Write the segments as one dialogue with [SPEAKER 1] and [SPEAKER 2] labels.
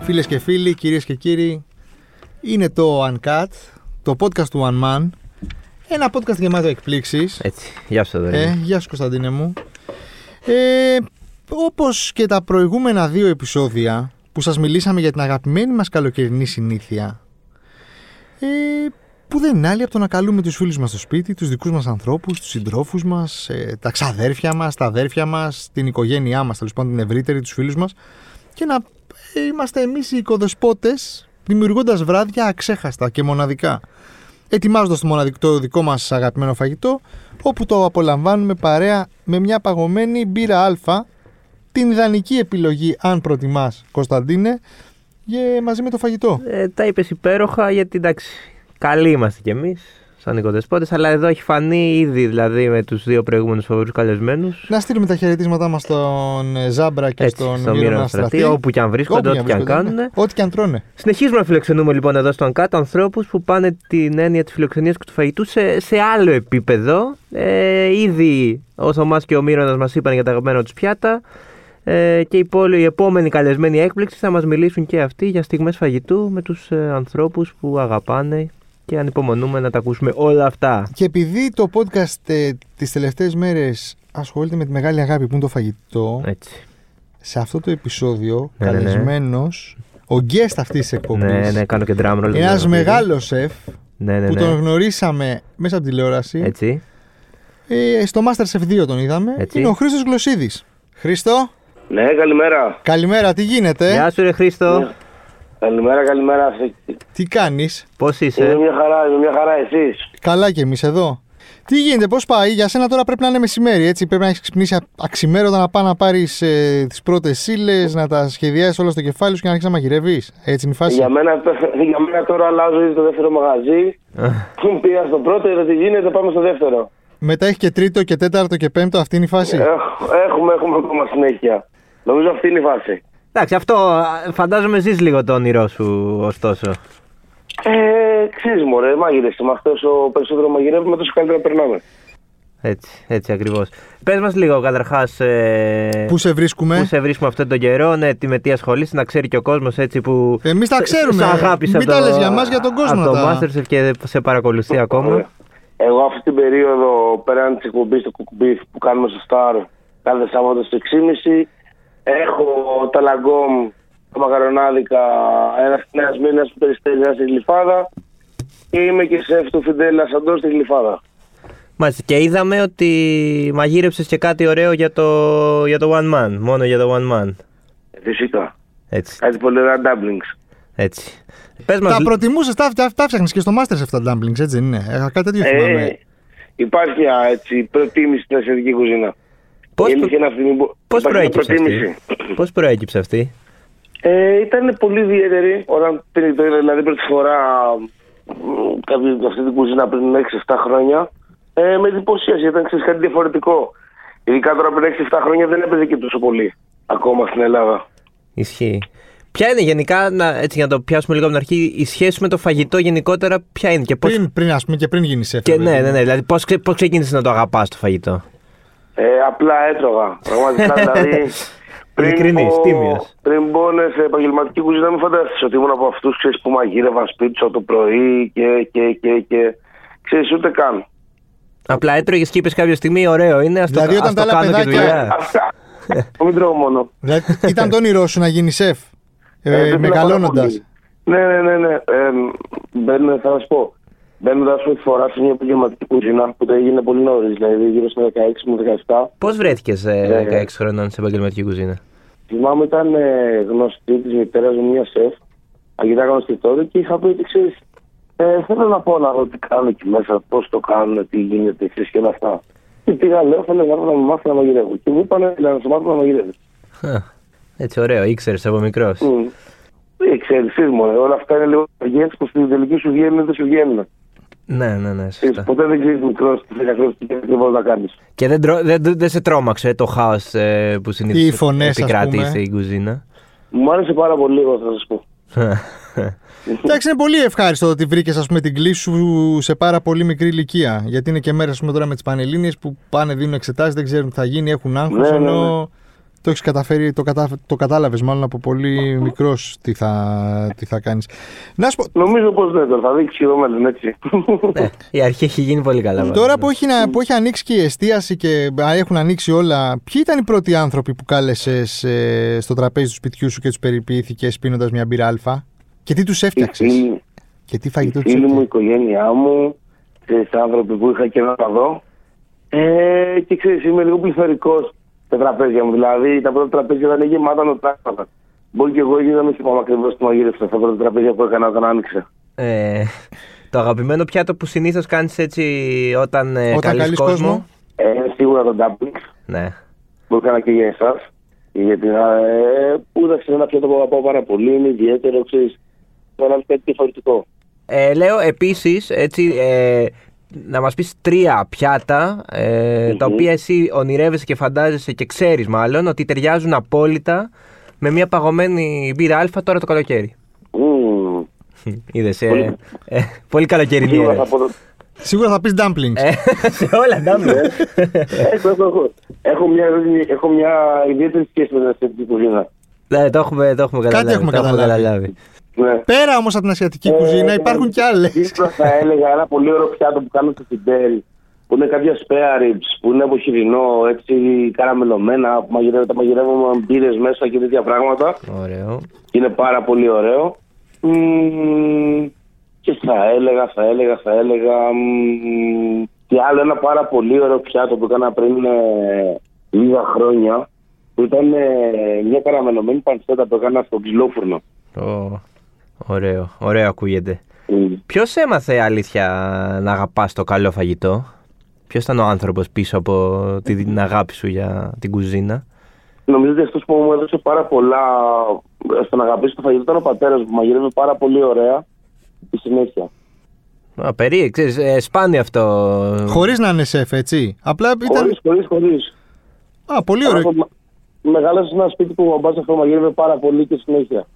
[SPEAKER 1] Φίλες και φίλοι, κυρίες και κύριοι, είναι το Uncut, το podcast του One Man. Ένα podcast γεμάτο εκπλήξεις.
[SPEAKER 2] Έτσι. Γεια σου, Θοδωρή.
[SPEAKER 1] Ε, γεια σου, Κωνσταντίνε μου. Ε, Όπως και τα προηγούμενα δύο επεισόδια που σας μιλήσαμε για την αγαπημένη μας καλοκαιρινή συνήθεια ε, που δεν είναι άλλη από το να καλούμε τους φίλους μας στο σπίτι, τους δικούς μας ανθρώπους, τους συντρόφους μας, ε, τα ξαδέρφια μας, τα αδέρφια μας, την οικογένειά μας, τέλος πάντων την ευρύτερη, τους φίλους μας και να ε, είμαστε εμείς οι οικοδεσπότες δημιουργώντας βράδια αξέχαστα και μοναδικά ετοιμάζοντας το, μοναδικό, το δικό μας αγαπημένο φαγητό όπου το απολαμβάνουμε παρέα με μια παγωμένη μπύρα αλφα την ιδανική επιλογή, αν προτιμάς, Κωνσταντίνε, και μαζί με το φαγητό.
[SPEAKER 2] Ε, τα είπες υπέροχα γιατί εντάξει, καλοί είμαστε κι εμείς σαν οικοδεσπότες, αλλά εδώ έχει φανεί ήδη δηλαδή με τους δύο προηγούμενους φοβερού καλεσμένους.
[SPEAKER 1] Να στείλουμε τα χαιρετίσματά μας στον ε, Ζάμπρα και
[SPEAKER 2] Έτσι,
[SPEAKER 1] στον
[SPEAKER 2] στο
[SPEAKER 1] Μύρονα Στρατή.
[SPEAKER 2] όπου και αν βρίσκονται, ό,τι και αν
[SPEAKER 1] βρίσκονται,
[SPEAKER 2] κάνουν.
[SPEAKER 1] ναι. Ό,τι και αν τρώνε.
[SPEAKER 2] Συνεχίζουμε να φιλοξενούμε λοιπόν εδώ στον ΚΑΤ ανθρώπους που πάνε την έννοια της φιλοξενίας και του φαγητού σε, σε άλλο επίπεδο. Ε, ήδη ο Θωμά και ο Μύρονα μας είπαν για τα αγαπημένα τους πιάτα. Ε, και οι, πόλοι, οι επόμενοι καλεσμένοι έκπληξης θα μας μιλήσουν και αυτοί για στιγμές φαγητού με τους ε, ανθρώπους που αγαπάνε και ανυπομονούμε να τα ακούσουμε όλα αυτά.
[SPEAKER 1] Και επειδή το podcast ε, τις τελευταίες μέρες ασχολείται με τη μεγάλη αγάπη που είναι το φαγητό,
[SPEAKER 2] Έτσι.
[SPEAKER 1] σε αυτό το επεισόδιο
[SPEAKER 2] Ναι, ναι, ναι.
[SPEAKER 1] καλεσμένος, ο guest αυτής της εκπομπής,
[SPEAKER 2] Ναι, ναι, κάνω και drum roll.
[SPEAKER 1] ένας μεγάλος σεφ
[SPEAKER 2] Ναι, ναι,
[SPEAKER 1] που τον
[SPEAKER 2] ναι.
[SPEAKER 1] γνωρίσαμε μέσα από τη τηλεόραση,
[SPEAKER 2] Έτσι.
[SPEAKER 1] Ε, στο Masterchef 2 τον είδαμε.
[SPEAKER 2] Έτσι.
[SPEAKER 1] Είναι ο Χρήστος Γλωσσίδης. Χρήστο,
[SPEAKER 3] Ναι, καλημέρα.
[SPEAKER 1] καλημέρα, τι γίνεται,
[SPEAKER 2] Γεια σου, ρε Χρήστο.
[SPEAKER 3] Ναι. Καλημέρα, καλημέρα.
[SPEAKER 1] τι κάνεις.
[SPEAKER 2] Πώς
[SPEAKER 3] Είμαι
[SPEAKER 2] είσαι.
[SPEAKER 3] μια χαρά, είμαι μια χαρά εσείς.
[SPEAKER 1] Καλά κι εμείς εδώ. Τι γίνεται, πώς πάει, για σένα τώρα πρέπει να είναι μεσημέρι, έτσι. Πρέπει να έχεις ξυπνήσει α- αξιμέρωτα να πάει να πάρεις ε, τις πρώτες ύλε, να τα σχεδιάσεις όλα στο κεφάλι σου και να αρχίσεις να μαγειρεύεις. Έτσι είναι η φάση.
[SPEAKER 3] Για μένα, για μένα τώρα αλλάζω ήδη το δεύτερο μαγαζί. Πήγα στο πρώτο, είδα τι γίνεται, πάμε στο δεύτερο.
[SPEAKER 1] Μετά έχει και τρίτο και τέταρτο και πέμπτο, αυτή είναι η
[SPEAKER 3] Ε,
[SPEAKER 1] φάση.
[SPEAKER 3] Έχ- έχουμε, έχουμε ακόμα συνέχεια. Νομίζω αυτή είναι η φάση.
[SPEAKER 2] Εντάξει, αυτό α, φαντάζομαι ζεις λίγο το όνειρό σου, ωστόσο.
[SPEAKER 3] Ε, ξέρεις μωρέ, μάγειρες είμαστε. Όσο περισσότερο μαγειρεύουμε, τόσο καλύτερα περνάμε.
[SPEAKER 2] Έτσι, έτσι ακριβώς. Πες μας λίγο καταρχάς.
[SPEAKER 1] Πού σε βρίσκουμε,
[SPEAKER 2] Πού σε βρίσκουμε αυτόν τον καιρό, ναι, τι, με τι ασχολείσαι, να ξέρει και ο κόσμος έτσι που.
[SPEAKER 1] Εμείς τα
[SPEAKER 2] σε-
[SPEAKER 1] ξέρουμε.
[SPEAKER 2] Σε αγάπησε
[SPEAKER 1] Μην
[SPEAKER 2] από
[SPEAKER 1] τα
[SPEAKER 2] το-
[SPEAKER 1] λες για μας, για τον κόσμο
[SPEAKER 2] Από το
[SPEAKER 1] να τα-
[SPEAKER 2] Masterchef και σε παρακολουθεί ακόμα.
[SPEAKER 3] Ωραία. Εγώ αυτή την περίοδο πέραν της εκπομπής του Κουκουμπίφ που κάνουμε στο Star κάθε Σάββατο στις 6.30 έχω τα λαγκόμ, τα μαγαρονάδικα, ένας νέας μήνας που περιστέλει ένα στη Γλυφάδα και είμαι και σεφ του Φιντέλα Σαντός στη Γλυφάδα.
[SPEAKER 2] Μάλιστα. Και είδαμε ότι μαγείρεψες και κάτι ωραίο για το, για το One Man. Μόνο για το One Man.
[SPEAKER 3] Ε, Φυσικά.
[SPEAKER 2] Έτσι.
[SPEAKER 3] Κάτι πολύ ωραία dumplings.
[SPEAKER 2] έτσι. Πες μας.
[SPEAKER 1] Τα προτιμούσες, τα, τα, τα φτιάχνει και στο Masterchef τα dumplings, έτσι δεν είναι. Ε, Κάτι τέτοιο θυμάμαι.
[SPEAKER 3] Ε, υπάρχει μια έτσι, προτίμηση στην ασιατική κουζίνα.
[SPEAKER 2] Πώς
[SPEAKER 3] Η αλήθεια είναι αυτή, μην πω-
[SPEAKER 2] πώς
[SPEAKER 3] υπάρχει μια
[SPEAKER 2] προέκυψε αυτή. Πώς προέκυψε αυτή.
[SPEAKER 3] Ε, ήταν πολύ ιδιαίτερη όταν πήρε το είδα, δηλαδή πρώτη φορά μ, κάποια αυτή την κουζίνα πριν 6-7 χρόνια. Ε, με εντυπωσίασε, ήταν ξέρεις, κάτι διαφορετικό. Ειδικά τώρα πριν 6-7 χρόνια δεν έπαιζε και τόσο πολύ ακόμα στην Ελλάδα.
[SPEAKER 2] Ισχύει. Ποια είναι γενικά, να, έτσι για να το πιάσουμε λίγο από την αρχή, η σχέση με το φαγητό γενικότερα, ποια είναι και πώς.
[SPEAKER 1] Πριν, πριν, ας πούμε, και πριν γίνεις σεφ.
[SPEAKER 2] Και
[SPEAKER 1] βέβαια.
[SPEAKER 2] ναι, ναι, ναι. Δηλαδή, πώς ξε, πώς ξεκίνησες να το αγαπάς το φαγητό.
[SPEAKER 3] Ε, απλά έτρωγα. Πραγματικά δηλαδή.
[SPEAKER 2] Ειλικρινής,
[SPEAKER 3] μπω-
[SPEAKER 2] τίμιος.
[SPEAKER 3] Πριν μπω ναι, σε επαγγελματική κουζίνα, μην φανταστείς ότι ήμουν από αυτούς που μαγείρευαν σπίτι τους από το πρωί και. και, και, και. Ξέρεις, ούτε καν.
[SPEAKER 2] Απλά έτρωγες και είπες κάποια στιγμή: Ωραίο είναι, ας το,
[SPEAKER 1] Δηλαδή,
[SPEAKER 2] ας
[SPEAKER 1] όταν τα
[SPEAKER 2] το
[SPEAKER 1] άλλα
[SPEAKER 2] κάνω και
[SPEAKER 1] παιδάκια-
[SPEAKER 2] δουλειά.
[SPEAKER 3] Αυτά. Μην τρώω μόνο.
[SPEAKER 1] Δηλαδή, ήταν το όνειρό σου να γίνει σεφ.
[SPEAKER 3] Ε,
[SPEAKER 1] Ε,
[SPEAKER 3] δεν
[SPEAKER 1] Μεγαλώνοντα.
[SPEAKER 3] πειράζει πάρα πολύ. Ναι, ναι, ναι. ναι. Ε, μπαίνουμε, θα σας πω. Μπαίνοντας πρώτη φορά σε μια επαγγελματική κουζίνα που το έγινε πολύ νωρίς, δηλαδή γύρω στα 16 με 17.
[SPEAKER 2] Πώς βρέθηκες
[SPEAKER 1] Ναι,
[SPEAKER 3] Ε,
[SPEAKER 2] 16 χρονών σε επαγγελματική κουζίνα.
[SPEAKER 3] Θυμάμαι ήταν ε, γνωστή της μητέρας μου, μια σεφ. Αγγιτά γνωστητόρη και είχα πει ότι ξέρεις. Ε, θέλω να πω να δω τι κάνω εκεί μέσα, πώς το κάνουν, τι γίνεται, ξέρεις και όλα αυτά. Και πήγα, λέω, θέλω να έρθω να μου μάθω να μαγειρεύω. Και μου είπανε, λέω, να σου μάθω να μαγειρεύω.
[SPEAKER 2] Χα. Έτσι, ωραίο, ήξερες από μικρός.
[SPEAKER 1] Ναι.
[SPEAKER 3] Εξελισσή μου, όλα αυτά είναι λίγο αργές που στην τελική σου βγαίνουν ή δεν σου βγαίνουν.
[SPEAKER 2] Ναι, ναι, ναι.
[SPEAKER 3] Ξέρεις,
[SPEAKER 2] Σωστά.
[SPEAKER 1] Λοιπόν.
[SPEAKER 3] ποτέ δεν ξέρεις μικρός τι θέλει ακριβώ τι ακριβώ να κάνεις.
[SPEAKER 2] Και δεν, τρώ- δεν, δεν σε τρόμαξε το χάος που
[SPEAKER 1] Οι
[SPEAKER 2] συνήθω
[SPEAKER 1] φωνές, ας
[SPEAKER 2] επικράτησε
[SPEAKER 1] πούμε.
[SPEAKER 2] στην κουζίνα.
[SPEAKER 3] Μου άρεσε πάρα πολύ, εγώ θα σας πω.
[SPEAKER 1] Εντάξει, είναι πολύ ευχάριστο ότι βρήκες την κλίση σου σε πάρα πολύ μικρή ηλικία. Γιατί είναι και μέρε τώρα με τις Πανελλήνιες που πάνε, δίνουν εξετάσεις, δεν ξέρουν τι θα γίνει, έχουν άγχος.
[SPEAKER 3] Ναι, ναι, ναι.
[SPEAKER 1] Ενώ Το έχεις καταφέρει, το, κατα... το κατάλαβες μάλλον από πολύ μικρός τι θα, τι θα κάνεις. Να σου πω,
[SPEAKER 3] Νομίζω πως δεν τώρα, θα δείξει το μέλλον, έτσι.
[SPEAKER 2] ναι, η αρχή έχει γίνει πολύ καλά. βέβαια.
[SPEAKER 1] Τώρα που έχει, να- που έχει ανοίξει και η εστίαση και έχουν ανοίξει όλα, ποιοι ήταν οι πρώτοι άνθρωποι που κάλεσες στο τραπέζι του σπιτιού σου και τους περιποιήθηκες πίνοντας μια μπύρα Α και τι τους
[SPEAKER 3] Οι
[SPEAKER 1] έφτιαξε
[SPEAKER 3] φίλοι,
[SPEAKER 1] και τι
[SPEAKER 3] οι
[SPEAKER 1] φαγητό του
[SPEAKER 3] φίλοι μου, η
[SPEAKER 1] έφτιαξε.
[SPEAKER 3] οικογένειά μου, ξέρεις, άνθρωποι που είχα και να δω. Ε, και ξέρεις, είμαι λίγο πληθωρικός τα τραπέζια μου. Δηλαδή, τα πρώτα τραπέζια ήταν γεμάτα νοτάσματα. Μπορεί και εγώ να μην θυμάμαι ακριβώς τι μαγείρευσα στα πρώτα τραπέζια που έκανα όταν άνοιξα.
[SPEAKER 2] Ε, το αγαπημένο πιάτο που συνήθως κάνεις έτσι όταν, ε,
[SPEAKER 1] Όταν
[SPEAKER 2] καλείς
[SPEAKER 1] καλείς κόσμο.
[SPEAKER 2] κόσμο.
[SPEAKER 3] Ε, σίγουρα τον Ντάμπλιξ,
[SPEAKER 2] Ναι.
[SPEAKER 3] που έκανα και για εσάς. Γιατί ε, ούδα ξέρω ένα πιάτο που αγαπάω πάρα πολύ, είναι ιδιαίτερο, ξέρεις. Τώρα είναι κάτι διαφορετικό.
[SPEAKER 2] Ε, λέω επίσης έτσι. Ε, να μας πεις τρία πιάτα ε, τα
[SPEAKER 3] Μμμ.
[SPEAKER 2] οποία εσύ ονειρεύεσαι και φαντάζεσαι και ξέρεις μάλλον ότι ταιριάζουν απόλυτα με μια παγωμένη μπύρα α τώρα το καλοκαίρι.
[SPEAKER 3] Μμμ.
[SPEAKER 2] Είδες, ε,
[SPEAKER 3] Πολύ-
[SPEAKER 2] ε, πολύ καλοκαιρινή
[SPEAKER 3] Σίγουρα
[SPEAKER 2] όρεξη.
[SPEAKER 3] θα πω Ναι. το-
[SPEAKER 1] Σίγουρα θα πεις dumplings.
[SPEAKER 2] Ε, σε όλα τα
[SPEAKER 3] έχω, έχω, έχω. Έχω μια, έχω μια ιδιαίτερη σχέση με την ασιατική κουζίνα.
[SPEAKER 2] Ναι, το έχουμε, το έχουμε καταλάβει.
[SPEAKER 1] έχουμε
[SPEAKER 2] το
[SPEAKER 1] καταλάβει.
[SPEAKER 3] Ναι.
[SPEAKER 1] Πέρα όμως από την
[SPEAKER 3] Ε,
[SPEAKER 1] ασιατική κουζίνα υπάρχουν και άλλε.
[SPEAKER 3] Ίσως θα έλεγα ένα πολύ ωραίο πιάτο που κάνω στο Τιμπέρι. Που είναι κάποια spare ribs, που είναι από χοιρινό, έτσι καραμελωμένα, που μαγειρεύω, τα μαγειρεύω με μπύρες μέσα και τέτοια πράγματα.
[SPEAKER 2] Ωραίο.
[SPEAKER 3] Είναι πάρα πολύ ωραίο. Μμμ, και θα έλεγα, θα έλεγα, θα έλεγα. μμμ, και άλλο ένα πάρα πολύ ωραίο πιάτο που έκανα πριν ε, λίγα χρόνια. Που ήταν ε, μια καραμελωμένη πανσέτα που έκανα στο ξυλόφουρνο.
[SPEAKER 2] Ω, ωραίο, ωραίο ακούγεται.
[SPEAKER 3] Μμ.
[SPEAKER 2] Ποιος έμαθε αλήθεια να αγαπάς το καλό φαγητό, Ποιος ήταν ο άνθρωπος πίσω από τη- την αγάπη σου για την κουζίνα.
[SPEAKER 3] Νομίζω ότι αυτός που μου έδωσε πάρα πολλά ε, στο να αγαπήσω το φαγητό ήταν ο πατέρας μου. Μαγειρεύει πάρα πολύ ωραία τη συνέχεια.
[SPEAKER 2] Α, περί, ξέρεις, ε, σπάνιο αυτό.
[SPEAKER 1] Χωρίς να είναι σεφ, έτσι. Απλά
[SPEAKER 3] Χωρί,
[SPEAKER 1] ήταν.
[SPEAKER 3] χωρίς, χωρίς.
[SPEAKER 1] Α, πολύ ωραίο.
[SPEAKER 3] Μεγάλωσε σε ένα σπίτι που ο μπαμπάς αυτό μαγειρεύει πάρα πολύ και συνέχεια.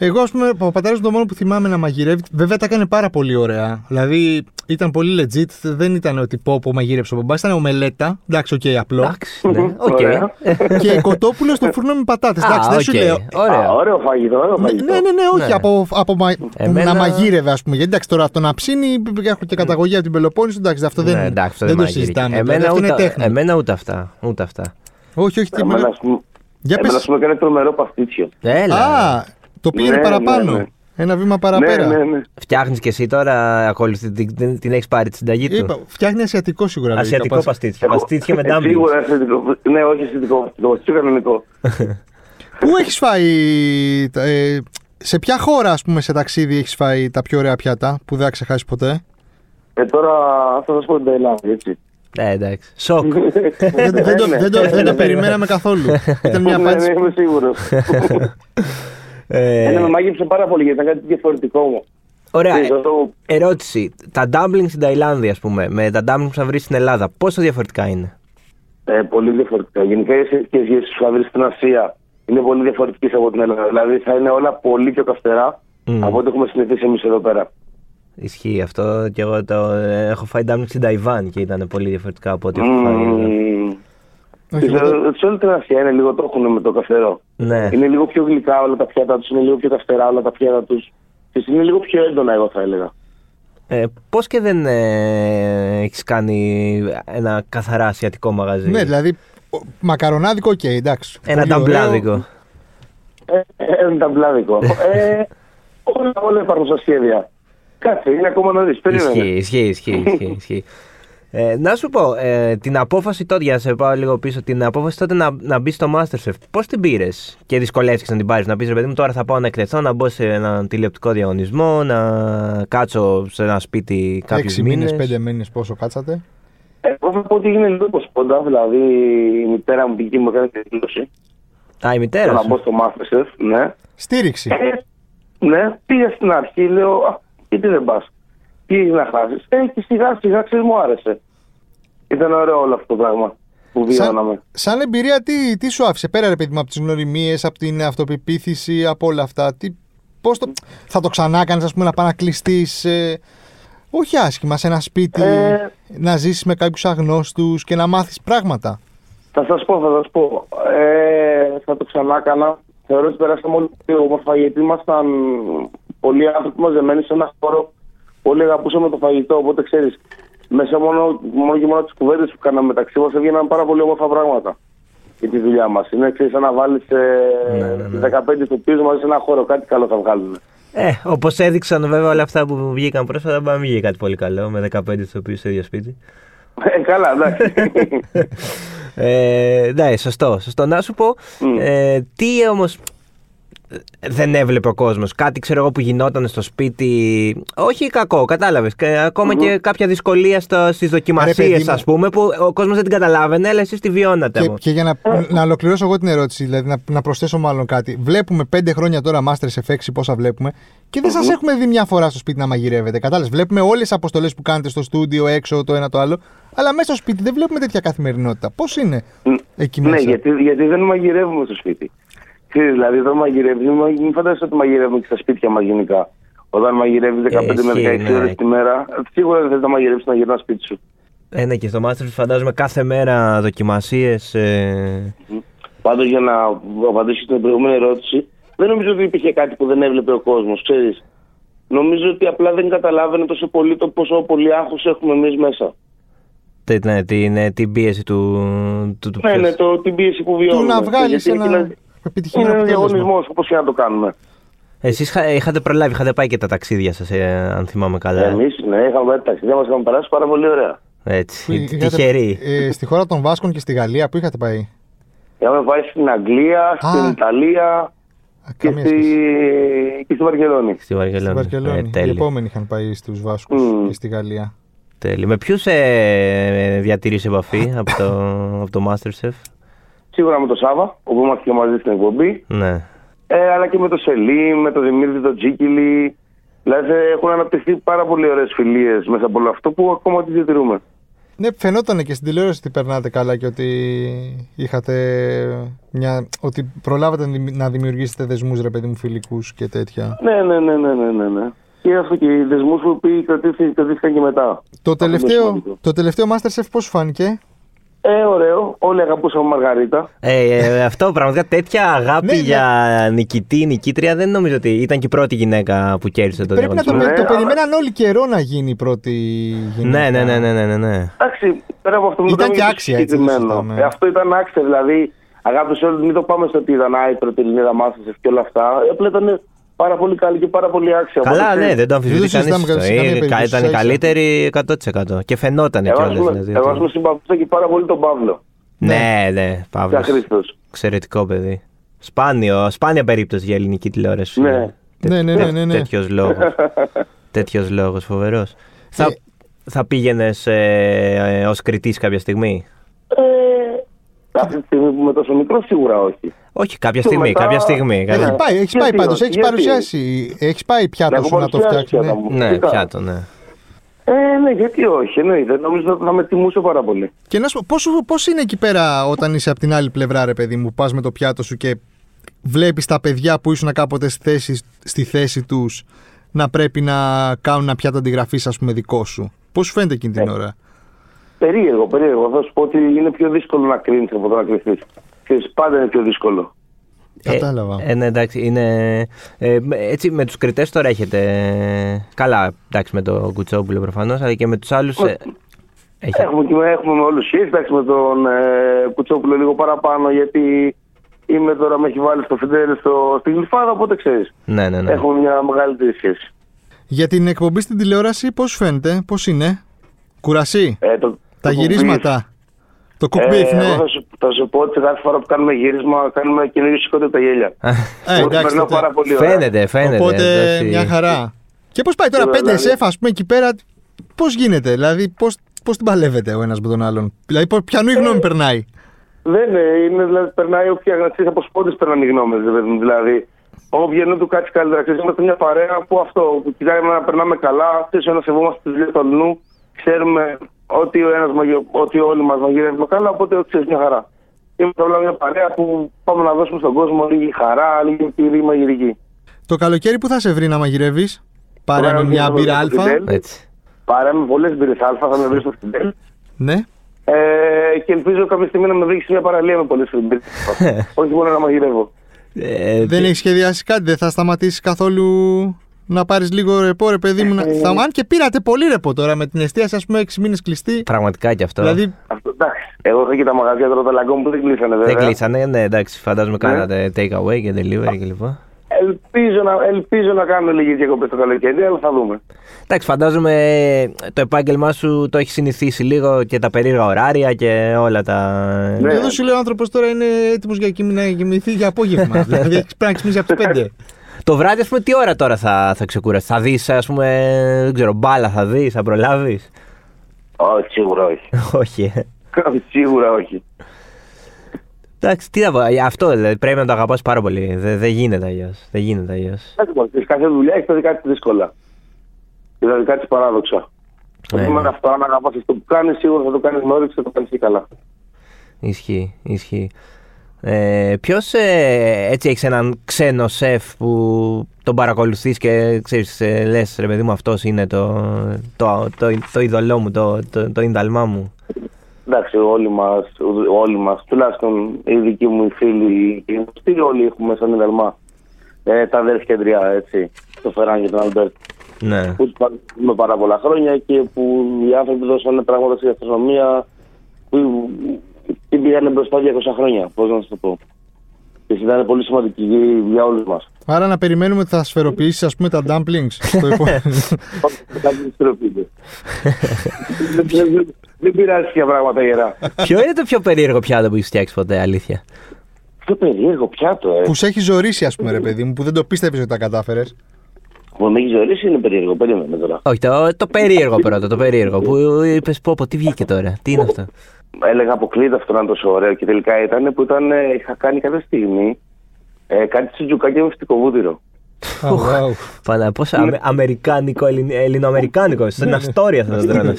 [SPEAKER 1] Εγώ, ας πούμε, ο πατέρας μου το μόνο που θυμάμαι να μαγειρεύει. Βέβαια τα έκανε πάρα πολύ ωραία. Δηλαδή ήταν πολύ legit. Δεν ήταν ότι πω πω μαγείρεψε ο μπαμπάς. Ήταν ομελέτα. Εντάξει, οκ, απλό.
[SPEAKER 2] Εντάξει, ναι, οκ.
[SPEAKER 3] Ωραία.
[SPEAKER 1] και κοτόπουλο στο φούρνο με πατάτες.
[SPEAKER 2] Α,
[SPEAKER 1] Εντάξει, δεν σου
[SPEAKER 2] οκ,
[SPEAKER 1] λέω.
[SPEAKER 3] Α,
[SPEAKER 2] Ωραίο.
[SPEAKER 3] ωραίο φαγητό, ωραίο
[SPEAKER 1] Ναι,
[SPEAKER 3] φαγητό.
[SPEAKER 1] ναι, ναι, όχι.
[SPEAKER 2] Ναι.
[SPEAKER 1] Από, από μα- που
[SPEAKER 2] Εμένα-
[SPEAKER 1] να μαγείρευε, ας πούμε. Γιατί εντάξει, τώρα αυτό να ψήνει, έχω και καταγωγή από την Πελοπόννησο. Εντάξει, αυτό δεν,
[SPEAKER 2] Ναι, εντάξει, αυτό
[SPEAKER 1] δεν το
[SPEAKER 2] μαγειρεύει.
[SPEAKER 1] συζητάμε.
[SPEAKER 2] Εμένα
[SPEAKER 1] αυτό είναι
[SPEAKER 2] ούτε, ε,
[SPEAKER 1] τέχνη.
[SPEAKER 2] εμένα ούτε αυτά. Ούτε αυτά.
[SPEAKER 1] Όχι, όχι. τι-
[SPEAKER 3] Εμένα, ας πούμε,
[SPEAKER 1] Για
[SPEAKER 3] εμένα, ας
[SPEAKER 1] πες.
[SPEAKER 3] πούμε, έκανε τρομερό παστίτσιο.
[SPEAKER 2] Έλα.
[SPEAKER 1] Α, το πήγαινε
[SPEAKER 3] Ναι, ναι,
[SPEAKER 1] παραπάνω.
[SPEAKER 3] ναι.
[SPEAKER 1] Ένα βήμα
[SPEAKER 3] Ναι,
[SPEAKER 1] παραπέρα.
[SPEAKER 3] ναι, ναι.
[SPEAKER 2] Φτιάχνεις και εσύ τώρα, ακολουθεί, την, την, την έχεις πάρει τη
[SPEAKER 3] ναι.
[SPEAKER 2] συνταγή του.
[SPEAKER 1] Είπα, φτιάχνει ασιατικό σίγουρα. λογικά,
[SPEAKER 2] Ασιατικό
[SPEAKER 1] πας-
[SPEAKER 2] παστίτσιο.
[SPEAKER 3] Εγώ-
[SPEAKER 2] Παστίτσιο με
[SPEAKER 3] Ε,
[SPEAKER 2] ντάμπλινγκ.
[SPEAKER 3] Σίγουρα αισθητικό. Ναι, όχι αισθητικό. Παστίτσιο κανονικό.
[SPEAKER 1] Πού έχεις φάει. τα- ε, σε ποια χώρα, ας πούμε, σε ταξίδι έχεις φάει τα πιο ωραία πιάτα που δεν θα ξεχάσεις ποτέ.
[SPEAKER 3] Ε, τώρα θα σα πω την Ταϊλάνδη, έτσι.
[SPEAKER 2] Ε, εντάξει. Σοκ.
[SPEAKER 1] δεν, δεν το,
[SPEAKER 3] Ναι, ναι.
[SPEAKER 1] δεν το- δεν το περιμέναμε καθόλου. Ήταν μια
[SPEAKER 3] Ναι, ναι,
[SPEAKER 1] απάντηση.
[SPEAKER 3] είμαι σίγουρος.
[SPEAKER 2] Ε,
[SPEAKER 3] Ένα με μάγεψε πάρα πολύ γιατί ήταν κάτι διαφορετικό μου.
[SPEAKER 2] Ωραία.
[SPEAKER 3] Ξέρεις,
[SPEAKER 2] Ε,
[SPEAKER 3] αυτό-
[SPEAKER 2] ερώτηση. Τα dumplings στην Ταϊλάνδη, ας πούμε, με τα dumplings που θα βρεις στην Ελλάδα, πόσο διαφορετικά είναι.
[SPEAKER 3] Ε, πολύ διαφορετικά. Γενικά οι ασιατικέ γεύσει που θα βρεις στην Ασία είναι πολύ διαφορετικές από την Ελλάδα. Δηλαδή θα είναι όλα πολύ πιο καυτερά
[SPEAKER 1] Mm.
[SPEAKER 2] Μμμ.
[SPEAKER 3] από ό,τι έχουμε συνηθίσει εμείς εδώ πέρα.
[SPEAKER 2] Ισχύει αυτό και εγώ το ε, έχω φάει dumplings στην Ταϊβάν και ήταν πολύ διαφορετικά από ό,τι έχω φάει. εδώ.
[SPEAKER 3] Μμμ. ναι.
[SPEAKER 1] Όχι, εγώ δεν-
[SPEAKER 3] Σε- Σε όλη την Ασία είναι λίγο το έχουν με το καυτερό.
[SPEAKER 2] Ναι.
[SPEAKER 3] Είναι λίγο πιο γλυκά όλα τα πιάτα τους, είναι λίγο πιο καυτερά όλα τα πιάτα τους. Και είναι λίγο πιο έντονα, εγώ θα έλεγα.
[SPEAKER 2] Ε, Πώς και δεν ε, έχεις κάνει ένα καθαρά ασιατικό μαγαζί.
[SPEAKER 1] Ναι, δηλαδή. ο- Μακαρονάδικο, οκ, εντάξει.
[SPEAKER 2] ένα
[SPEAKER 1] Πολύ ωραίο.
[SPEAKER 2] ταμπλάδικο.
[SPEAKER 3] Ε, ε, ήταν πλάδικο. ε, όλα, όλα υπάρχουν στα σχέδια. Κάτσε, είναι ακόμα νωρίς.
[SPEAKER 2] Ισχύει,
[SPEAKER 3] Περίμενε.
[SPEAKER 2] ισχύει, ισχύει. ισχύει, ισχύει. Ε, να σου πω, ε, την απόφαση τότε, για να σε πάω λίγο πίσω, την απόφαση τότε να, να μπεις στο Masterchef, πώς την πήρες και δυσκολεύτηκες να την πάρεις, να πεις ρε παιδί μου, τώρα θα πάω να εκτεθώ, να μπω σε έναν τηλεοπτικό διαγωνισμό, να κάτσω σε ένα σπίτι κάποιους
[SPEAKER 1] Έξι μήνες,
[SPEAKER 2] μήνες.
[SPEAKER 1] πέντε μήνες πόσο κάτσατε.
[SPEAKER 3] Ε, Εγώ θα πω ότι έγινε λίγο ποσποντά, δηλαδή η μητέρα μου πήγε και μου έκανε τη δήλωση.
[SPEAKER 2] Α, η μητέρα.
[SPEAKER 3] Θέλω να
[SPEAKER 2] σου.
[SPEAKER 3] μπω στο Masterchef, ναι.
[SPEAKER 1] Στήριξη.
[SPEAKER 3] Ε, ναι, πήγα στην αρχή, λέω, «Α, γιατί δεν πας, τι έχει να χάσεις. Ε, και σιγά σιγά, ξέρεις, μου άρεσε. Ήταν ωραίο όλο αυτό το πράγμα που βιώναμε.
[SPEAKER 1] Σαν, σαν εμπειρία, τι, τι σου άφησε πέρα, ρε παιδί μου, από τις γνωριμίες, από την αυτοπεποίθηση, από όλα αυτά. Τι, πώς το, θα το ξανά κάνει, ας πούμε, να πάει να κλειστεί. Ε, όχι άσχημα, σε ένα σπίτι,
[SPEAKER 3] Ε.
[SPEAKER 1] να ζήσεις με κάποιους αγνώστους και να μάθεις πράγματα.
[SPEAKER 3] Θα σας πω, θα σας πω. Ε, θα το ξανά έκανα. Θεωρώ ότι περάσαμε όλοι πιο όμορφα γιατί ήμασταν πολλοί άνθρωποι μαζεμένοι σε ένα χώρο. Όλοι αγαπούσαμε το φαγητό. Οπότε ξέρεις, μέσα μόνο, μόνο και μόνο τις κουβέντε που κάναμε μεταξύ μας έβγαιναν πάρα πολύ όμορφα πράγματα για τη δουλειά μας. Είναι ξέρεις, σαν να βάλεις ε,
[SPEAKER 2] Ναι, ναι, ναι.
[SPEAKER 3] 15 τοπίου μαζί σε ένα χώρο. Κάτι καλό θα βγάλουν.
[SPEAKER 2] Ε, όπως έδειξαν βέβαια όλα αυτά που βγήκαν πρόσφατα, μπορεί να μην βγήκε κάτι πολύ καλό με 15 ηθοποιού στο ίδιο σπίτι.
[SPEAKER 3] Ε, καλά, εντάξει.
[SPEAKER 2] ε, ναι, σωστό, σωστό. Να σου πω,
[SPEAKER 3] Μμ.
[SPEAKER 2] ε, τι όμως. Δεν έβλεπε ο κόσμος. Κάτι ξέρω εγώ που γινόταν στο σπίτι. Όχι κακό, κατάλαβες. Ακόμα και κάποια δυσκολία στι
[SPEAKER 1] παιδί
[SPEAKER 2] δοκιμασίες,
[SPEAKER 1] μου.
[SPEAKER 2] ας πούμε, που ο κόσμος δεν την καταλάβαινε, αλλά εσείς τη βιώνατε.
[SPEAKER 1] Και,
[SPEAKER 2] όμως.
[SPEAKER 1] και για να,
[SPEAKER 3] Ε,
[SPEAKER 1] να ολοκληρώσω εγώ την ερώτηση, δηλαδή να, να προσθέσω μάλλον κάτι. Βλέπουμε πέντε χρόνια τώρα Masters FX ή πόσα βλέπουμε και δεν σας έχουμε δει μια φορά στο σπίτι να μαγειρεύετε. Κατάλαβες. Βλέπουμε όλες τις αποστολές που κάνετε στο στούντιο, έξω το ένα το άλλο. Αλλά μέσα στο σπίτι δεν βλέπουμε τέτοια καθημερινότητα. Πώς είναι εκεί μέσα.
[SPEAKER 3] Ναι, γιατί, γιατί δεν μαγειρεύουμε στο σπίτι. Ξέρεις, δηλαδή όταν μαγειρεύει, μην φαντάζεσαι ότι μαγειρεύουμε και στα σπίτια μας γενικά. Όταν μαγειρεύεις 15
[SPEAKER 2] Ε, Ισχύει,
[SPEAKER 3] με 16
[SPEAKER 2] ναι.
[SPEAKER 3] ώρες τη μέρα, σίγουρα δεν θα τα μαγειρεύσει να γυρνάς σπίτι σου.
[SPEAKER 2] Ε, ναι, και στο Masters φαντάζομαι κάθε μέρα δοκιμασίες. Ε...
[SPEAKER 3] Πάντως για να απαντήσω στην προηγούμενη ερώτηση, δεν νομίζω ότι υπήρχε κάτι που δεν έβλεπε ο κόσμος, ξέρεις. Νομίζω ότι απλά δεν καταλάβαινε τόσο πολύ το πόσο πολύ άγχος έχουμε εμείς μέσα.
[SPEAKER 2] τε- ναι, την, ε, την πίεση του. του, του
[SPEAKER 3] Ναι,
[SPEAKER 2] ποιος-
[SPEAKER 3] ναι, το, την πίεση που βιώνουμε.
[SPEAKER 1] Του να βγάλεις
[SPEAKER 3] Γιατί Ε, είναι
[SPEAKER 1] ένα
[SPEAKER 3] ένας-
[SPEAKER 1] επιτυχημένο
[SPEAKER 3] Είναι ένα
[SPEAKER 1] αποτέλεσμα.
[SPEAKER 3] διαγωνισμός, όπως και να το κάνουμε.
[SPEAKER 2] Εσείς είχα- είχατε προλάβει, είχατε πάει και τα ταξίδια σας, ε, αν θυμάμαι καλά.
[SPEAKER 3] Εμείς, ναι, είχαμε πάει τα ταξίδια μας, είχαμε περάσει πάρα πολύ ωραία.
[SPEAKER 1] Που
[SPEAKER 2] Έτσι,
[SPEAKER 1] Ναι, είχατε-
[SPEAKER 2] τυχεροί.
[SPEAKER 1] ε, στη χώρα των Βάσκων και στη Γαλλία που είχατε πάει.
[SPEAKER 3] Είχαμε πάει στην Αγγλία, στην Ιταλία
[SPEAKER 1] Α,
[SPEAKER 3] και,
[SPEAKER 1] Καμία
[SPEAKER 3] στη...
[SPEAKER 1] σχέση.
[SPEAKER 3] και στη Βαρκελόνη.
[SPEAKER 2] Στη Βαρκελόνη.
[SPEAKER 1] Στη Βαρκελόνη. Λοιπόν-
[SPEAKER 2] Ε,
[SPEAKER 1] Οι
[SPEAKER 2] τέλει,
[SPEAKER 1] επόμενοι είχαν πάει στους Βάσκους
[SPEAKER 3] Μμμ.
[SPEAKER 1] και στη Γαλλία.
[SPEAKER 2] τέλει. Με ποιους ε, διατηρείς επαφή από το, από το Masterchef.
[SPEAKER 3] Σίγουρα με τον Σάβα, όπου είμαστε και μαζί στην εκπομπή,
[SPEAKER 2] Ναι.
[SPEAKER 3] ε, αλλά και με τον Σελίμ, με τον Δημήτρη, τον Τζίκυλη. Δηλαδή ε, έχουν αναπτυχθεί πάρα πολύ ωραίες φιλίες μέσα από όλο αυτό που ακόμα τις διατηρούμε.
[SPEAKER 1] Ναι, φαινόταν και στην τηλεόραση ότι περνάτε καλά και ότι είχατε μια. ότι προλάβατε να δημι- να δημιουργήσετε δεσμούς ρε παιδί μου φιλικούς και τέτοια.
[SPEAKER 3] Ναι, ναι, ναι, ναι, ναι. ναι, ναι. Και αυτό και οι δεσμούς που οποίοι κρατήθηκαν, κρατήθηκαν και μετά.
[SPEAKER 1] Το
[SPEAKER 3] Αυτό είναι
[SPEAKER 1] τελευταίο,
[SPEAKER 3] σημαντικό.
[SPEAKER 1] το τελευταίο Masterchef πώς φάνηκε.
[SPEAKER 3] Ε, ωραίο. Όλοι αγαπούσαμε Μαργαρίτα.
[SPEAKER 2] Ε, ε, αυτό πραγματικά τέτοια αγάπη
[SPEAKER 1] Ναι, ναι.
[SPEAKER 2] για νικητή, νικήτρια δεν νομίζω ότι ήταν και η πρώτη γυναίκα που κέρδισε το
[SPEAKER 1] Πρέπει να το,
[SPEAKER 2] διαγωνισμό.
[SPEAKER 1] πε-
[SPEAKER 3] Ναι,
[SPEAKER 1] το
[SPEAKER 3] αλλά-
[SPEAKER 1] περιμέναν όλοι καιρό να γίνει η πρώτη γυναίκα.
[SPEAKER 2] Ναι, ναι, ναι, ναι, ναι, ναι, ναι.
[SPEAKER 3] Εντάξει, πέρα από αυτό που
[SPEAKER 1] Ήταν
[SPEAKER 3] λέμε
[SPEAKER 1] και
[SPEAKER 3] για το
[SPEAKER 1] άξια, έτσι, δεν
[SPEAKER 3] συγκεκριμένο.
[SPEAKER 1] συζητάμε.
[SPEAKER 3] Ε, αυτό ήταν άξια, δηλαδή. Αγάπη σε όλους, μην το πάμε στο ότι ήταν «Α, η πρώτη Ελληνίδα μάστερ και όλα αυτά. Ε, Απλά ήταν πάρα πολύ καλή και πάρα πολύ άξια.
[SPEAKER 2] Καλά,
[SPEAKER 3] Οπότε,
[SPEAKER 2] ναι, δεν το αμφισβητείς
[SPEAKER 1] Δεν το
[SPEAKER 2] κανείς.
[SPEAKER 1] συζητάμε σε καμία περίπτωση,
[SPEAKER 2] Ήταν η
[SPEAKER 1] ίσα-ίσα.
[SPEAKER 2] καλύτερη 100%. Και φαινόταν
[SPEAKER 3] Εγώ, ας
[SPEAKER 2] κιόλα.
[SPEAKER 3] πούμε-
[SPEAKER 1] δηλαδή,
[SPEAKER 3] εγώ, ας πούμε, συμπαθούσα και πάρα πολύ τον Παύλο.
[SPEAKER 2] Ναι, ναι,
[SPEAKER 3] Σαν
[SPEAKER 2] Παύλο.
[SPEAKER 3] Χρήστος.
[SPEAKER 2] Εξαιρετικό παιδί. Σπάνιο, σπάνια περίπτωση για ελληνική τηλεόραση.
[SPEAKER 3] Ναι.
[SPEAKER 1] Ναι, ναι, ναι, ναι, ναι.
[SPEAKER 2] Τέτοιος λόγος. Τέτοιος λόγος, φοβερός.
[SPEAKER 3] Ε,
[SPEAKER 2] Θα, θα πήγαινες ε, ως κριτής κάποια στιγμή.
[SPEAKER 3] Ε, αυτή τη στιγμή που είμαι τόσο μικρό, σίγουρα όχι.
[SPEAKER 2] Όχι, κάποια
[SPEAKER 3] Και
[SPEAKER 2] στιγμή.
[SPEAKER 3] μετά-
[SPEAKER 2] Κάποια στιγμή.
[SPEAKER 3] Ναι.
[SPEAKER 1] Έχει
[SPEAKER 2] κάποια-
[SPEAKER 1] πάει, έχεις πάει
[SPEAKER 3] Γιατί,
[SPEAKER 1] πάντως, έχει
[SPEAKER 3] γιατί?
[SPEAKER 1] παρουσιάσει. Έχει πάει πιάτο
[SPEAKER 3] έχω
[SPEAKER 1] σου να το
[SPEAKER 3] παρουσιάσει
[SPEAKER 1] φτιάξει.
[SPEAKER 3] πιάτα
[SPEAKER 1] ναι.
[SPEAKER 3] μου.
[SPEAKER 2] Ναι,
[SPEAKER 3] Φυσικά.
[SPEAKER 2] πιάτο, ναι.
[SPEAKER 3] Ε, ναι, γιατί όχι, εννοείται. Νομίζω ότι θα με τιμούσε πάρα πολύ.
[SPEAKER 1] Και να σου πω, πώς, σου- πώς είναι εκεί πέρα όταν είσαι από την άλλη πλευρά, ρε παιδί μου, πας με το πιάτο σου και βλέπεις τα παιδιά που ήσουν κάποτε στη θέση, στη θέση τους να πρέπει να κάνουν ένα πιάτο αντιγραφής, ας πούμε, δικό σου. Πώς σου φαίνεται εκείνη την
[SPEAKER 3] Ε.
[SPEAKER 1] ώρα.
[SPEAKER 3] Περίεργο, περίεργο. Θα σου πω ότι είναι πιο δύσκολο να κρίνεις από το να κρυφτείς. Πάντα είναι πιο δύσκολο.
[SPEAKER 1] Κατάλαβα.
[SPEAKER 2] Ε, ναι, εντάξει, είναι. ε, με- έτσι, με τους κριτές τώρα έχετε. ε, Καλά, εντάξει, με τον Κουτσόπουλο προφανώς, αλλά και με τους άλλους. Ε, έχετε-
[SPEAKER 3] Έχουμε, και με- έχουμε με όλους σχέση. Εντάξει, με τον ε, Κουτσόπουλο λίγο παραπάνω, γιατί είμαι τώρα, με έχει βάλει στο Φιντέρ στο, στην Γλυφάδα, οπότε ξέρεις.
[SPEAKER 2] Ναι, ναι, ναι.
[SPEAKER 3] Έχουμε μια μεγαλύτερη σχέση.
[SPEAKER 1] Για την εκπομπή στην τηλεόραση, πώς σου φαίνεται, πώς είναι. Κουρασί,
[SPEAKER 3] Ε, το,
[SPEAKER 1] τα
[SPEAKER 3] το κουμπί,
[SPEAKER 1] γυρίσματα, το cook beef,
[SPEAKER 3] ε,
[SPEAKER 1] ναι.
[SPEAKER 3] Εγώ θα σου, θα σου πω ότι κάθε φορά που κάνουμε γύρισμα, κάνουμε καινούριο σηκώντα από τα γέλια.
[SPEAKER 1] Ε,
[SPEAKER 3] Οπότε
[SPEAKER 1] εντάξει,
[SPEAKER 3] περνάω
[SPEAKER 1] τότε.
[SPEAKER 3] πάρα πολύ ωραία.
[SPEAKER 2] Φαίνεται, φαίνεται.
[SPEAKER 1] Οπότε
[SPEAKER 2] Ναι, εντάξει. ναι.
[SPEAKER 1] μια χαρά. Και πώς πάει τώρα,
[SPEAKER 3] Σίγουρα,
[SPEAKER 1] πέντε
[SPEAKER 3] δηλαδή.
[SPEAKER 1] σεφ, ας πούμε, εκεί πέρα, πώς γίνεται, δηλαδή, πώς, πώς την παλεύετε ο ένας με τον άλλον. Δηλαδή, πώς- πιανού η γνώμη περνάει.
[SPEAKER 3] Δεν είναι, είναι δηλαδή περνάει όποια αγναστή από σπόντε περνάνε οι γνώμες. Δηλαδή, όποιον του κάτσει καλύτερα. Ξέρεις, είμαστε μια παρέα που αυτό, που κοιτάμε να περνάμε καλά, ξέρεις να σεβόμαστε τη δουλειά του αλλού. Ξέρουμε ότι, ο ένας, μαγει- ότι όλοι μας μαγειρεύουμε καλά, οπότε ξέρεις μια χαρά. Είμαστε απλά μια παρέα που πάμε να δώσουμε στον κόσμο λίγη χαρά, λίγη πυρή μαγειρική.
[SPEAKER 1] Το καλοκαίρι που θα σε βρει να μαγειρεύεις, πάρε με
[SPEAKER 3] Ωραία,
[SPEAKER 1] μια
[SPEAKER 3] ωραία,
[SPEAKER 1] μπύρα
[SPEAKER 3] ωραία,
[SPEAKER 1] αλφα.
[SPEAKER 3] ωραία.
[SPEAKER 2] Έτσι.
[SPEAKER 3] Παρέα με πολλές μπύρες Α, θα με βρεις στο Φιντέλ.
[SPEAKER 1] Ναι.
[SPEAKER 3] Ε, και ελπίζω κάποια στιγμή να με βρει σε μια παραλία με πολλές φρυμπίδε. Όχι μόνο να μαγειρεύω.
[SPEAKER 2] Ε,
[SPEAKER 1] Δεν έχεις σχεδιάσει κάτι, δεν θα σταματήσεις καθόλου να πάρεις λίγο ρεπό, ρε παιδί μου. να- θα, αν και πήρατε πολύ ρεπό τώρα με την εστίαση, ας πούμε, 6 μήνες κλειστή.
[SPEAKER 2] Πραγματικά και αυτό.
[SPEAKER 1] Δηλαδή,
[SPEAKER 3] Αυτό εντάξει. Εγώ είχα και τα μαγαζιά τώρα τα λαγκόμ που δεν κλείσανε βέβαια.
[SPEAKER 2] Δεν κλείσανε, ναι, εντάξει, φαντάζομαι κάνατε take away και delivery κλπ.
[SPEAKER 3] Ελπίζω να, ελπίζω να κάνω λίγες διακοπές το καλοκαίρι, αλλά θα δούμε.
[SPEAKER 2] Εντάξει, φαντάζομαι ε, το επάγγελμά σου το έχει συνηθίσει λίγο και τα περίεργα ωράρια και όλα τα. ε.
[SPEAKER 3] Ναι.
[SPEAKER 1] εδώ σου λέει ο άνθρωπος τώρα είναι έτοιμος για κοιμη- να κοιμηθεί για απόγευμα. δηλαδή, έχει πρέπει να ξυπνήσει από τις 5.
[SPEAKER 2] Το βράδυ, ας πούμε, τι ώρα τώρα θα, θα ξεκουράσει. Θα δεις, ας πούμε, ε, δεν ξέρω, μπάλα θα δεις, θα προλάβεις.
[SPEAKER 3] Όχι, σίγουρα όχι.
[SPEAKER 2] Όχι. ε.
[SPEAKER 3] σίγουρα όχι.
[SPEAKER 2] Εντάξει, τι να πω, ε, αυτό δηλαδή, πρέπει να το αγαπάς πάρα πολύ. Δεν δεν γίνεται αλλιώς. Δεν γίνεται αλλιώς.
[SPEAKER 3] Εντάξει, μα, της κάθε δουλειά έχεις τα δικά της δύσκολα. Δηλαδή Και τα δικά της παράδοξα.
[SPEAKER 2] Ναι,
[SPEAKER 3] Σήμερα
[SPEAKER 2] ναι.
[SPEAKER 3] αυτό, αν αγαπάς αυτό που κάνεις, σίγουρα θα το κάνεις με όρεξη, θα το κάνεις και καλά.
[SPEAKER 2] Ισχύει, ισχύει. Ε, Ποιος έτσι έχεις έναν ξένο σεφ που τον παρακολουθείς και ξέρεις, ε, λες ρε παιδί μου, αυτός είναι το, το, το, το είδωλό μου, το, το, το ίνταλμά μου.
[SPEAKER 3] Εντάξει, όλοι μας, όλοι μας, τουλάχιστον οι δικοί μου οι φίλοι, οι γνωστοί, όλοι έχουμε σαν ιδαλμά ε, τα αδέρφια τρία, έτσι. Το Φεράν και τον Αλμπέρτ,
[SPEAKER 2] Ναι.
[SPEAKER 3] που του παρακολουθούμε πάρα πολλά χρόνια και που οι άνθρωποι δώσανε πράγματα στην αστυνομία που την πήγανε μπροστά 200 χρόνια. Πώς να σου το πω. Και ήταν πολύ σημαντική για όλους μας.
[SPEAKER 1] Άρα να περιμένουμε ότι θα σφαιροποιήσει, ας πούμε, τα dumplings. στο επόμενο-
[SPEAKER 3] Κάτι στροπίδε. Δεν πειράζει για πράγματα γερά.
[SPEAKER 2] Ποιο είναι το πιο περίεργο πιάτο που έχεις φτιάξει ποτέ, αλήθεια.
[SPEAKER 3] Τι περίεργο πιάτο, ε.
[SPEAKER 1] που σε έχει ζωρίσει, ας πούμε, ρε παιδί μου, που δεν το πίστευες ότι τα κατάφερες.
[SPEAKER 3] Που με έχει ζωήσει είναι περίεργο. Περίμενε τώρα.
[SPEAKER 2] Όχι, το, το περίεργο πρώτο, το περίεργο. Που είπες, πω, πω, τι βγήκε τώρα, τι είναι αυτό.
[SPEAKER 3] έλεγα αποκλείται αυτό να είναι τόσο ωραίο και τελικά ήταν που ήταν, ε, είχα κάνει κάποια στιγμή ε, κάτι τσιτζουκάκι με φυτικό βούτυρο.
[SPEAKER 1] Α, wow.
[SPEAKER 2] Πάνα, πώ αμερικάνικο, ελλην- ελληνοαμερικάνικο, στην Αστόρια θα το τρώνε.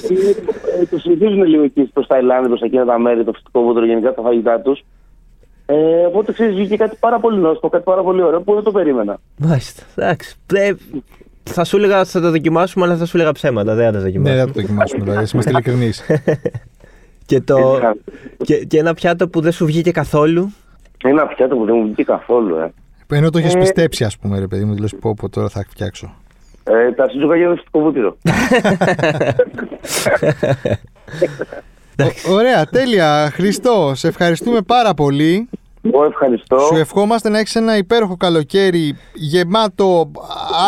[SPEAKER 3] Ε, το συνηθίζουν λίγο εκεί προς τα Ιλάνδη, προς εκείνα τα μέρη, το φυτικό βούτυρο γενικά στα φαγητά τους. Ε, οπότε ξέρεις, βγήκε κάτι πάρα πολύ νόστιμο, κάτι πάρα πολύ ωραίο που δεν το περίμενα.
[SPEAKER 2] Μάλιστα. Εντάξει. Ε, θα σου έλεγα θα τα δοκιμάσουμε, αλλά θα σου έλεγα ψέματα. Δεν θα τα
[SPEAKER 1] ναι,
[SPEAKER 2] δοκιμάσουμε.
[SPEAKER 1] θα το δοκιμάσουμε τώρα. Εσύ είμαστε ειλικρινείς.
[SPEAKER 2] και, το,
[SPEAKER 3] Ε,
[SPEAKER 2] και, και ένα πιάτο που δεν σου βγήκε καθόλου.
[SPEAKER 3] Είναι ένα πιάτο που δεν μου βγήκε καθόλου. Ε.
[SPEAKER 1] Ενώ το έχεις πιστέψει, ας πούμε, ρε παιδί μου, λε πω, πω τώρα θα φτιάξω.
[SPEAKER 3] Ε, τα τσιτζουκάκια με φυτικό βούτυρο.
[SPEAKER 1] Ω- Ωραία, τέλεια. Χριστό, σε ευχαριστούμε πάρα πολύ.
[SPEAKER 3] Εγώ ευχαριστώ.
[SPEAKER 1] Σου ευχόμαστε να έχεις ένα υπέροχο καλοκαίρι γεμάτο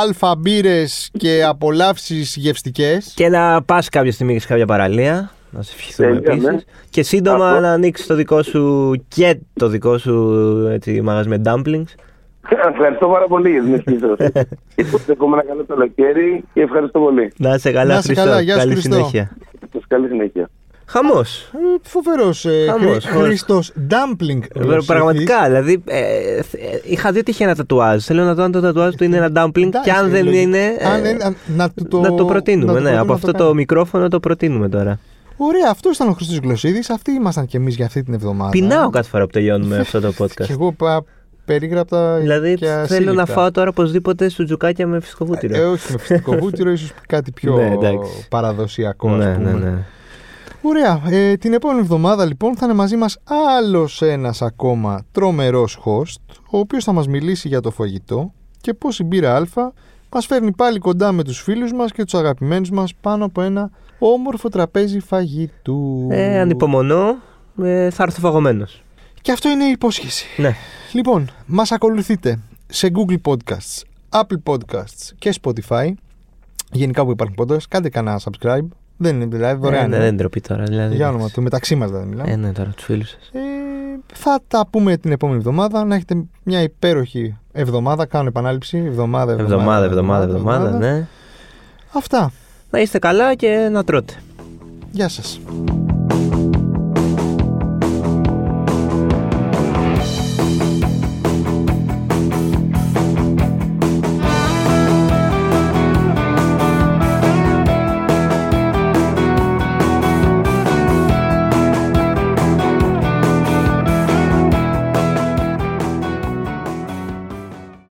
[SPEAKER 1] αλφα μπύρες και απολαύσεις γευστικές.
[SPEAKER 2] Και να πας κάποια στιγμή και σε κάποια παραλία. Να σε ευχηθούμε
[SPEAKER 3] Τέλεια,
[SPEAKER 2] επίσης.
[SPEAKER 3] ναι.
[SPEAKER 2] Και σύντομα
[SPEAKER 3] Αυτό.
[SPEAKER 2] να ανοίξει το δικό σου και το δικό σου έτσι, μαγαζί με dumplings.
[SPEAKER 3] Ευχαριστώ πάρα πολύ για την ευχή σας. Και σας εύχομαι ένα καλό καλοκαίρι και ευχαριστώ πολύ.
[SPEAKER 2] Να είσαι καλά,
[SPEAKER 1] Να είσαι
[SPEAKER 2] Χριστό.
[SPEAKER 1] καλά, γεια σου,
[SPEAKER 2] Καλή
[SPEAKER 1] Χριστό.
[SPEAKER 2] συνέχεια.
[SPEAKER 3] Σας καλή συνέχεια.
[SPEAKER 2] Χαμός.
[SPEAKER 1] Φοβερό.
[SPEAKER 2] Χαμός, χαμός.
[SPEAKER 1] Χριστό Ντάμπλινγκ.
[SPEAKER 2] Ε, Πραγματικά, δηλαδή ε, θ- ε, είχα δει ότι είχε ένα τατουάζ. Θέλω να δω αν το τατουάζ του είναι ένα dumpling και αν δεν είναι. ε,
[SPEAKER 1] Αν είναι, αν- να του το,
[SPEAKER 2] να το προτείνουμε,
[SPEAKER 1] να
[SPEAKER 2] ναι. Από
[SPEAKER 1] να
[SPEAKER 2] αυτό το,
[SPEAKER 1] κάνουμε.
[SPEAKER 2] μικρόφωνο το προτείνουμε τώρα.
[SPEAKER 1] Ωραία, αυτός ήταν ο Χρήστος Γλωσσίδης. Αυτοί ήμασταν κι εμείς για αυτή την εβδομάδα.
[SPEAKER 2] Πεινάω κάθε φορά που τελειώνουμε αυτό το
[SPEAKER 1] Και
[SPEAKER 2] podcast.
[SPEAKER 1] εγώ πα, περίγραπτα.
[SPEAKER 2] δηλαδή
[SPEAKER 1] και
[SPEAKER 2] θέλω να
[SPEAKER 1] ασύλληπτα.
[SPEAKER 2] φάω τώρα οπωσδήποτε σουτζουκάκια με φυσικό
[SPEAKER 1] Ε,
[SPEAKER 2] βούτυρο.
[SPEAKER 1] όχι με φυσικό βούτυρο, ίσως κάτι πιο
[SPEAKER 2] Ναι, εντάξει.
[SPEAKER 1] παραδοσιακό. ας
[SPEAKER 2] ναι, ναι,
[SPEAKER 1] πούμε.
[SPEAKER 2] ναι.
[SPEAKER 1] Ωραία. Ε, την επόμενη εβδομάδα λοιπόν θα είναι μαζί μας άλλος ένας ακόμα τρομερός host, ο οποίος θα μας μιλήσει για το φαγητό και πώς η μπύρα α μας φέρνει πάλι κοντά με τους φίλους μας και τους αγαπημένους μας πάνω από ένα όμορφο τραπέζι φαγητού.
[SPEAKER 2] Ε, ανυπομονώ. Ε, θα έρθω φαγωμένος.
[SPEAKER 1] Και αυτό είναι η υπόσχεση.
[SPEAKER 2] Ναι.
[SPEAKER 1] Λοιπόν, μας ακολουθείτε σε Google Podcasts, Apple Podcasts και Spotify. Γενικά που υπάρχουν podcasts, κάντε κανένα subscribe. Δεν είναι δηλαδή
[SPEAKER 2] Ε,
[SPEAKER 1] δωρεάν.
[SPEAKER 2] ναι,
[SPEAKER 1] είναι.
[SPEAKER 2] δεν ντροπή τώρα. Δηλαδή,
[SPEAKER 1] Για όνομα του, μεταξύ μας δηλαδή μιλάμε.
[SPEAKER 2] Ε, ναι, τώρα τους φίλους σας.
[SPEAKER 1] Ε, θα τα πούμε την επόμενη εβδομάδα. Να έχετε μια υπέροχη εβδομάδα. Κάνω επανάληψη. Εβδομάδα, εβδομάδα,
[SPEAKER 2] Εβδομάδα, εβδομάδα, εβδομάδα, ναι.
[SPEAKER 1] Αυτά.
[SPEAKER 2] Να είστε καλά και να τρώτε.
[SPEAKER 1] Γεια σας.